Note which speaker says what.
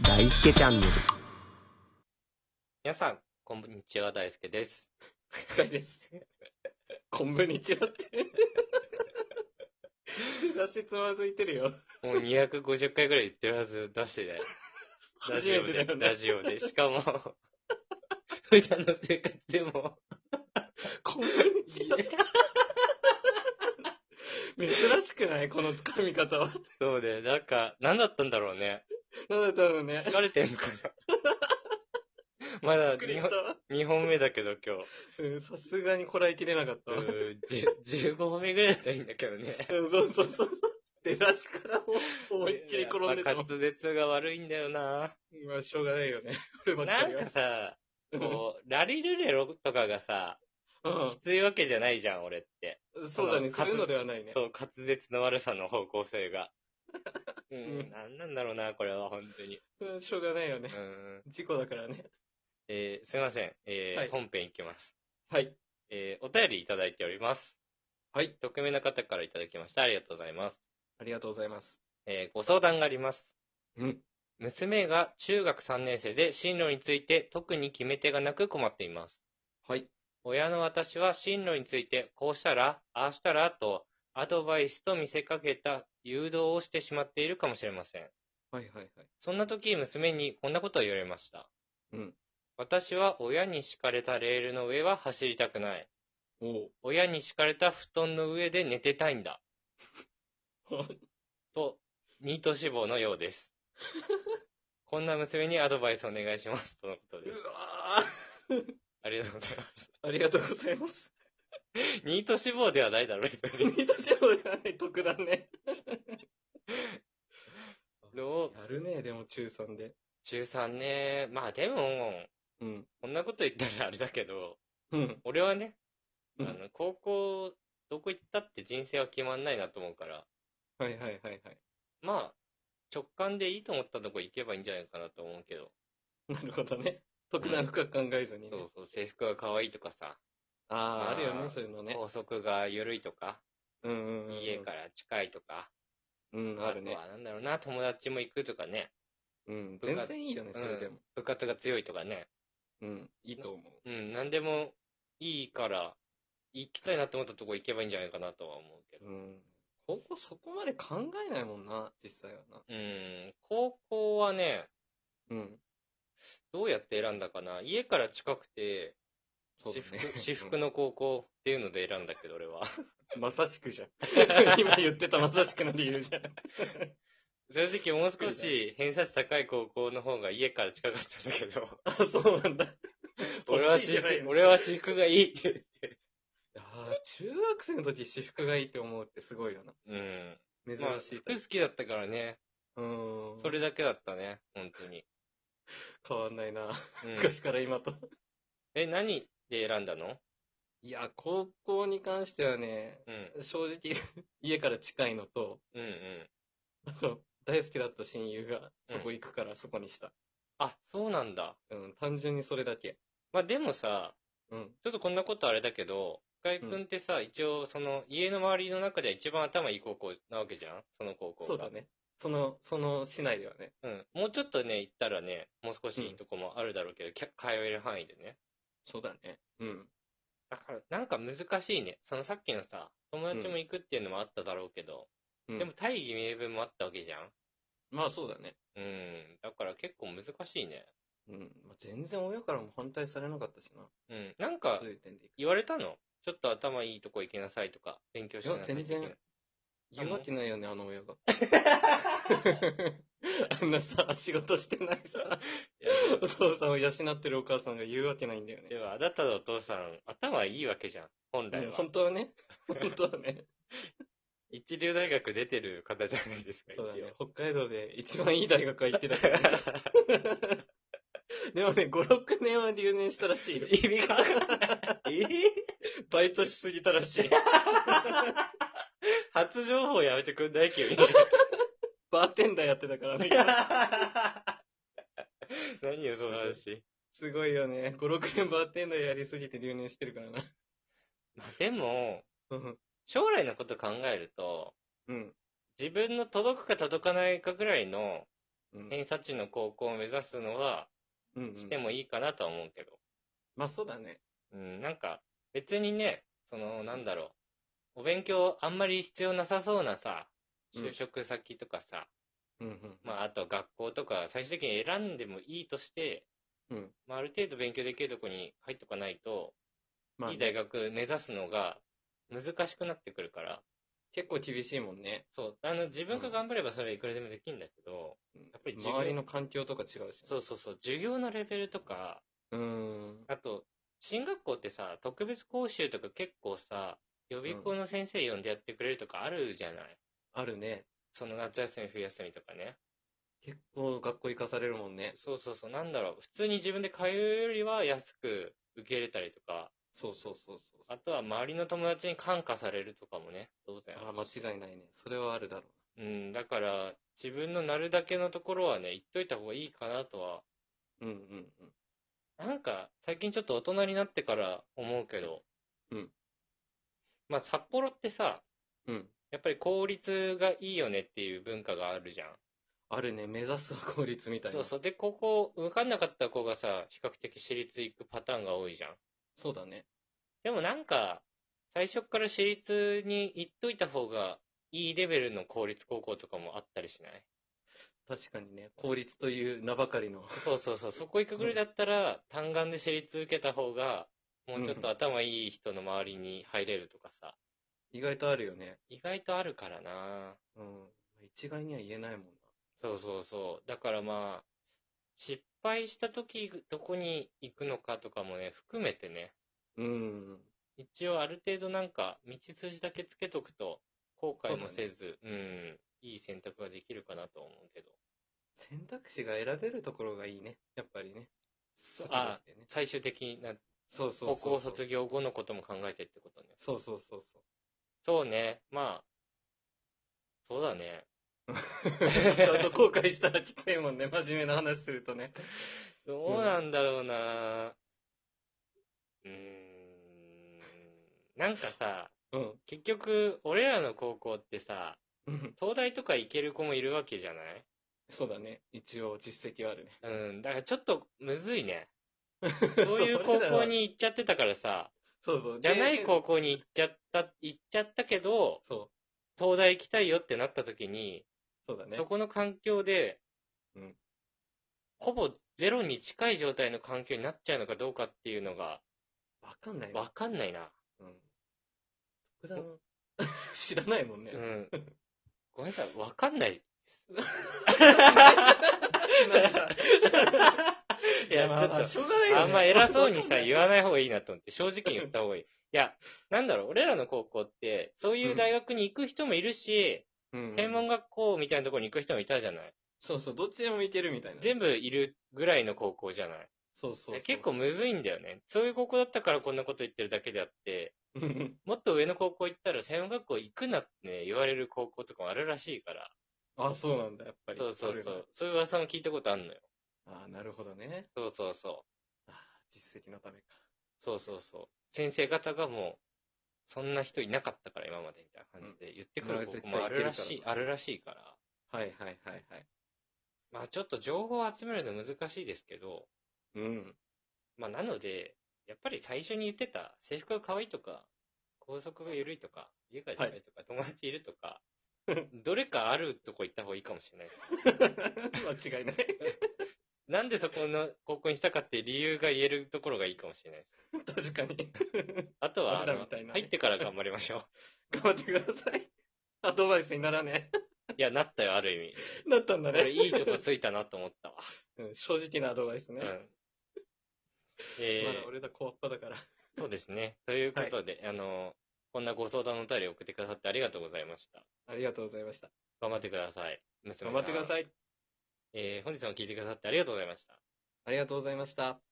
Speaker 1: 大輔チャンネル。
Speaker 2: 皆さん、こんにちは、大輔です。深井です。
Speaker 3: こんぶにちはって。出しつまずいてるよ。
Speaker 2: もう250回ぐらい言ってるはず、出してね。ラ
Speaker 3: 初
Speaker 2: ジ
Speaker 3: め
Speaker 2: オ
Speaker 3: て
Speaker 2: で、
Speaker 3: だよ
Speaker 2: ラ
Speaker 3: ね。
Speaker 2: ジオで。しかも、普段の生活でも、
Speaker 3: こんぶにちは。珍しくないこのつかみ方は。
Speaker 2: そうで、なんか、何だったんだろうね。
Speaker 3: なんだったのね。
Speaker 2: 疲れてんの かな。ま
Speaker 3: び
Speaker 2: だ
Speaker 3: っくり
Speaker 2: 2
Speaker 3: した
Speaker 2: 本、。二本目だけど今日。
Speaker 3: うん、さすがにこらえきれなかったわ。う
Speaker 2: うん、じゅ15本目ぐらいだったらいいんだけどね。
Speaker 3: ん、そうそうそうそう。出だしからもう思いっきり転んでた
Speaker 2: や
Speaker 3: も
Speaker 2: っぱ滑舌が悪いんだよな。
Speaker 3: まあ、しょうがないよね。こればっか
Speaker 2: なん
Speaker 3: りは
Speaker 2: か。さ、こう、ラリルレロとかがさ、きついわけじゃないじゃん、俺って。
Speaker 3: うん、そうだね。
Speaker 2: そ
Speaker 3: そ
Speaker 2: の
Speaker 3: ういうのではないね。
Speaker 2: そう、滑舌の悪さの方向 性が。うん、
Speaker 3: うん
Speaker 2: なんなんだろうな、これは、本当に。
Speaker 3: うん、しょうがないよね
Speaker 2: う。ん。
Speaker 3: 事故だからね。
Speaker 2: えーすいません。えー
Speaker 3: はい
Speaker 2: 本編いきます。
Speaker 3: はい。
Speaker 2: えーお便りいただいております。
Speaker 3: はい。
Speaker 2: 匿名の方からいただきました。ありがとうございます。
Speaker 3: ありがとうございます。
Speaker 2: えーご相談があります。
Speaker 3: うん。
Speaker 2: 娘が中学3年生で進路について特に決め手がなく困っています。
Speaker 3: はい。
Speaker 2: 親の私は進路についてこうしたら、ああしたらとアドバイスと見せかけた誘導をしてしまっているかもしれません。
Speaker 3: はいはいはい。
Speaker 2: そんな時娘にこんなことを言われました。
Speaker 3: うん。
Speaker 2: 私は親に敷かれたレールの上は走りたくない。
Speaker 3: おう。
Speaker 2: 親に敷かれた布団の上で寝てたい んだ。と、ニート志望のよう です。こんな娘にアドバイスお願いします。とのことです。
Speaker 3: うわー
Speaker 2: ありがとうございます。
Speaker 3: ありがとうございます。
Speaker 2: ニート志望ではないだ ろう、別
Speaker 3: ニ
Speaker 2: に。
Speaker 3: ートシェフがない特段ね。
Speaker 2: どう
Speaker 3: やるね、でも中3で。
Speaker 2: 中3ね。まあでも、
Speaker 3: うん。
Speaker 2: こんなこと言ったらあれだけど、
Speaker 3: うん。
Speaker 2: 俺はね、あ
Speaker 3: うん
Speaker 2: の、高校、どこ行ったって人生は決まんないなと思うから、
Speaker 3: はいはいはいはい。
Speaker 2: まあ、直感でいいと思ったとこ行けばいいんじゃないかなと思うけど、
Speaker 3: なるほどね。特段深く考えずにね、
Speaker 2: そうそう、制服が可愛いとかさ、
Speaker 3: ああ、
Speaker 2: あー
Speaker 3: あるよね、そういうのね。
Speaker 2: 校則が緩いとか、
Speaker 3: うんうんうん。。
Speaker 2: 家からら近いとか、
Speaker 3: うん、あるね
Speaker 2: と。はなんだろうな、友達も行くとかね、
Speaker 3: うん。
Speaker 2: 部
Speaker 3: 全
Speaker 2: 活
Speaker 3: 然いいよね、それでも。
Speaker 2: 部活が強いとかね、
Speaker 3: うん。いいと思
Speaker 2: うん、なんでもいいから、行きたいなと思ったとこ行けばいいんじゃないかなとは思うけ
Speaker 3: う。
Speaker 2: ど。
Speaker 3: うん。高校そこまで考えないもんな、実際はな。
Speaker 2: うん、高校はね、
Speaker 3: うん。
Speaker 2: どうやって選んだかな家から近くて、
Speaker 3: そうだ
Speaker 2: 私
Speaker 3: ね
Speaker 2: 服、私服の高校っていうので選んだけど、俺は。
Speaker 3: まさしくじゃん。 今言ってたまさしくの理由じゃん。
Speaker 2: 正直もう少し 偏差値高い高校の方が家から近かったんだけど、
Speaker 3: あ、そうなんだ。
Speaker 2: 俺
Speaker 3: そ
Speaker 2: は
Speaker 3: っち
Speaker 2: 私
Speaker 3: じゃない
Speaker 2: 服、
Speaker 3: の
Speaker 2: 俺は私服がいいって
Speaker 3: いやー中学生の時私服がいいって思うってすごいよな。
Speaker 2: 言って。
Speaker 3: 珍
Speaker 2: うん。まあ、
Speaker 3: しい
Speaker 2: 服
Speaker 3: タイ
Speaker 2: 好きだったからね。
Speaker 3: プ。うーん。
Speaker 2: それだけだったね、本当に。
Speaker 3: 変わんないな。
Speaker 2: うん
Speaker 3: 昔から今と。
Speaker 2: え、何で選んだの
Speaker 3: いや、高校に関してはね、
Speaker 2: うん。
Speaker 3: 正直、 家から近いのと、
Speaker 2: うんうん。
Speaker 3: あと、大好きだった親友がそこ行くからそこにした。
Speaker 2: あ、そうなんだ。
Speaker 3: うん、単純にそれだけ。
Speaker 2: まあでもさ、
Speaker 3: うん。
Speaker 2: ちょっとこんなことあれだけど、深井君ってさ、一応、その、家の周りの中では一番頭いい高校なわけじゃんその高校が。
Speaker 3: そうだね。その、その市内ではね。
Speaker 2: うん。もうちょっとね、行ったらね、もう少しいいとこもあるだろうけど、きゃ通える範囲でね。
Speaker 3: そうだね。うん。
Speaker 2: だから、なんか難しいね。そのさっきのさ、友達も行くっていうのもあっただろうけど、
Speaker 3: うん
Speaker 2: でも大義名分もあったわけじゃん
Speaker 3: まあそうだね。
Speaker 2: うん。だから結構難しいね。
Speaker 3: うん。まあ、全然親からも反対されなかったしな。
Speaker 2: うん。なんか
Speaker 3: そう、いう点でいく。
Speaker 2: 言われたのちょっと頭いいとこ行きなさいとか、勉強しなさい
Speaker 3: いや全然
Speaker 2: 的な
Speaker 3: 言うわけないよね、あの親が。 あんなさ、仕事してないさ、
Speaker 2: いや
Speaker 3: お父さんを養ってるお母さんが言うわけないんだよ
Speaker 2: で
Speaker 3: ね。
Speaker 2: も、あなたのお父さん、頭いいわけじゃん。本来
Speaker 3: うん
Speaker 2: は。
Speaker 3: 本当はね、本当はね、
Speaker 2: 一流大学出てる方じゃないですか、 一
Speaker 3: そう
Speaker 2: 応。
Speaker 3: だね、北海道で一番いい大学は行ってたから ね。でもね、5、6年は留年したらしいよ。
Speaker 2: 意味がわから ない。え
Speaker 3: バイトしすぎたらし い。
Speaker 2: 初情報やめてくんない 急に。
Speaker 3: バーテンダーやってたからね。
Speaker 2: 何よ、その話。
Speaker 3: すごいよね。5、6年バーテンダーやりすぎて留年してるからな。
Speaker 2: まあでも、
Speaker 3: うん。
Speaker 2: 将来のこと考えると、
Speaker 3: うん。
Speaker 2: 自分の届くか届かないかぐらいの
Speaker 3: うん
Speaker 2: 偏差値の高校を目指すのは
Speaker 3: うんうん
Speaker 2: してもいいかなとは思うけど、
Speaker 3: まあそうだね。
Speaker 2: うん、なんか別にね、そのなんだろう、お勉強あんまり必要なさそうなさ、
Speaker 3: うん
Speaker 2: 就職先とかさ、
Speaker 3: うんうん。
Speaker 2: まああと学校とか最終的に選んでもいいとして、
Speaker 3: うん
Speaker 2: まあある程度勉強できるとこに入っとかないと、
Speaker 3: まあ
Speaker 2: いい大学目指すのが難しくなってくるから、
Speaker 3: 結構厳しいもんね。
Speaker 2: そう、あの自分が頑張ればそれはいくらでもできるんだけど、やっぱり自分
Speaker 3: 周りの環境とか違うし。
Speaker 2: そうそうそう、授業のレベルとか、
Speaker 3: うーん。
Speaker 2: あと、進学校ってさ、特別講習とか結構さ、予備校の先生呼んでやってくれるとかあるじゃない、
Speaker 3: あるね。
Speaker 2: その夏休み、冬休みとかね。
Speaker 3: 結構学校行かされるもんね。
Speaker 2: そうそうそう、なんだろう、普通に自分で通うよりは安く受け入れたりとか、
Speaker 3: そうそうそうそう。
Speaker 2: あとは周りの友達に感化されるとかもね、当然。
Speaker 3: ああ、間違いないね。それはあるだろう。
Speaker 2: うん、だから、自分のなるだけのところはね、言っといた方がいいかなとは、
Speaker 3: うんうんうん。
Speaker 2: なんか、最近ちょっと大人になってから思うけど、
Speaker 3: うん。
Speaker 2: まあ、札幌ってさ、
Speaker 3: うん。
Speaker 2: やっぱり効率がいいよねっていう文化があるじゃん。
Speaker 3: あるね。目指すは効率みたいな。
Speaker 2: そうそう。で、ここ、受かんなかった子がさ、比較的私立行くパターンが多いじゃん。
Speaker 3: そうだね。
Speaker 2: でもなんか、最初から私立に行っといた方がいいレベルの公立高校とかもあったりしない
Speaker 3: 確かにね。効率という名ばかりの。
Speaker 2: そうそうそう。そこ行くぐらいだったら、単眼で私立受けた方が、もうちょっと頭いい人の周りに入れるとかさ。
Speaker 3: 意外とあるよね。
Speaker 2: 意外とあるからな
Speaker 3: うん。一概には言えないもんな。
Speaker 2: そうそうそう。だからまあ、失敗した時どこに行くのかとかもね、含めてね、
Speaker 3: うん。
Speaker 2: 一応ある程度なんか、道筋だけつけとくと、後悔もせず、うん、いい選択ができるかなと思うけど。
Speaker 3: 選択肢が選べるところがいいね。やっぱりね。そう
Speaker 2: あ
Speaker 3: ね。
Speaker 2: 最終的な、
Speaker 3: そうそう
Speaker 2: 高
Speaker 3: そう。
Speaker 2: 校卒業後のことも考えてってことね。
Speaker 3: そうそうそうそう。
Speaker 2: そうね、まあ、そうだね。
Speaker 3: ちゃんと後悔したらきついもんね。真面目な話するとね。
Speaker 2: どうなんだろうなうーん、なんかさ、
Speaker 3: うん。
Speaker 2: 結局、俺らの高校ってさ、
Speaker 3: うん
Speaker 2: 東大とか行ける子もいるわけじゃない
Speaker 3: そうだね。一応実績はあるね。
Speaker 2: うん、だからちょっとむずいね。そういう高校に行っちゃってたからさ、
Speaker 3: そうそう。
Speaker 2: じゃない
Speaker 3: で
Speaker 2: 高校に行っちゃった、行っちゃったけど、
Speaker 3: そ
Speaker 2: 東大行きたいよってなった時に、
Speaker 3: う。そうだね。
Speaker 2: そこの環境で、
Speaker 3: うん
Speaker 2: ほぼゼロに近い状態の環境になっちゃうのかどうかっていうのが、
Speaker 3: わかんないね
Speaker 2: わかんないな。
Speaker 3: うん。特段、 知らないもんね。
Speaker 2: うん。ごめんなさい、わかんない。
Speaker 3: なんか
Speaker 2: いや、
Speaker 3: ま
Speaker 2: ちょ
Speaker 3: あま
Speaker 2: っと
Speaker 3: あ、しょうがないよね。
Speaker 2: あんま偉そうに
Speaker 3: わ
Speaker 2: さ、
Speaker 3: かんない
Speaker 2: 言わない方がいいなと思って、正直に言った方がいい。いや、なんだろう、俺らの高校って、そういう大学に行く人もいるし、
Speaker 3: うん
Speaker 2: 専門学校みたいなところに行く人もいたじゃない。
Speaker 3: そうそう、どっちでもいけるみたいな。
Speaker 2: 全部いるぐらいの高校じゃない。
Speaker 3: そうそうそう。
Speaker 2: 結構むずいんだよね。そういう高校だったからこんなこと言ってるだけであって、
Speaker 3: うん
Speaker 2: もっと上の高校行ったら専門学校行くなってね、言われる高校とかもあるらしいから。
Speaker 3: あ、そうなんだ、やっぱり。
Speaker 2: そうそう
Speaker 3: あ
Speaker 2: そ
Speaker 3: るん
Speaker 2: う。そういう噂も聞いたことあるのよ。
Speaker 3: だ。あーなるほどね。
Speaker 2: そうそうそう。
Speaker 3: あー実績のためか。
Speaker 2: そうそうそう。先生方がもう、そんな人いなかったから今までみたいな感じで言ってくる僕もあるらし
Speaker 3: ま
Speaker 2: い、
Speaker 3: あ絶対いけるから
Speaker 2: あるらしいから。
Speaker 3: はいはいはいはい。
Speaker 2: まあちょっと情報を集めるの難しいですけど、
Speaker 3: うん。
Speaker 2: まあなので、やっぱり最初に言ってた、制服が可愛いとか、校則が緩いとか、家が近いとか、友達いるとか、 どれかあるとこ行った方がいいかもしれないです。
Speaker 3: 間違いない。
Speaker 2: なんでそこの高校にしたかって理由が言えるところがいいかもしれないです。
Speaker 3: 確かに。
Speaker 2: あとは、あ
Speaker 3: 俺ら
Speaker 2: の
Speaker 3: みたいな
Speaker 2: 入ってから頑張りましょ
Speaker 3: 頑張ってください。アドバイスにならね
Speaker 2: う。 いや、なったよ、ある意味。
Speaker 3: え。なったんだ
Speaker 2: 俺、
Speaker 3: ね。
Speaker 2: いいとこついたなと思ったわ。
Speaker 3: うん、正直なアドバイスね。
Speaker 2: うん。え
Speaker 3: まだ俺ら小っ端だから。
Speaker 2: ー、そうですね。ということで、あの、こんなご相談のお便りを送ってくださってありがとうございました。
Speaker 3: ありがとうございました。
Speaker 2: 頑張ってください。娘さん
Speaker 3: 頑張ってくだ
Speaker 2: い。
Speaker 3: さい。
Speaker 2: えー、本日も聞いてくださってありがとうございました。
Speaker 3: ありがとうございました。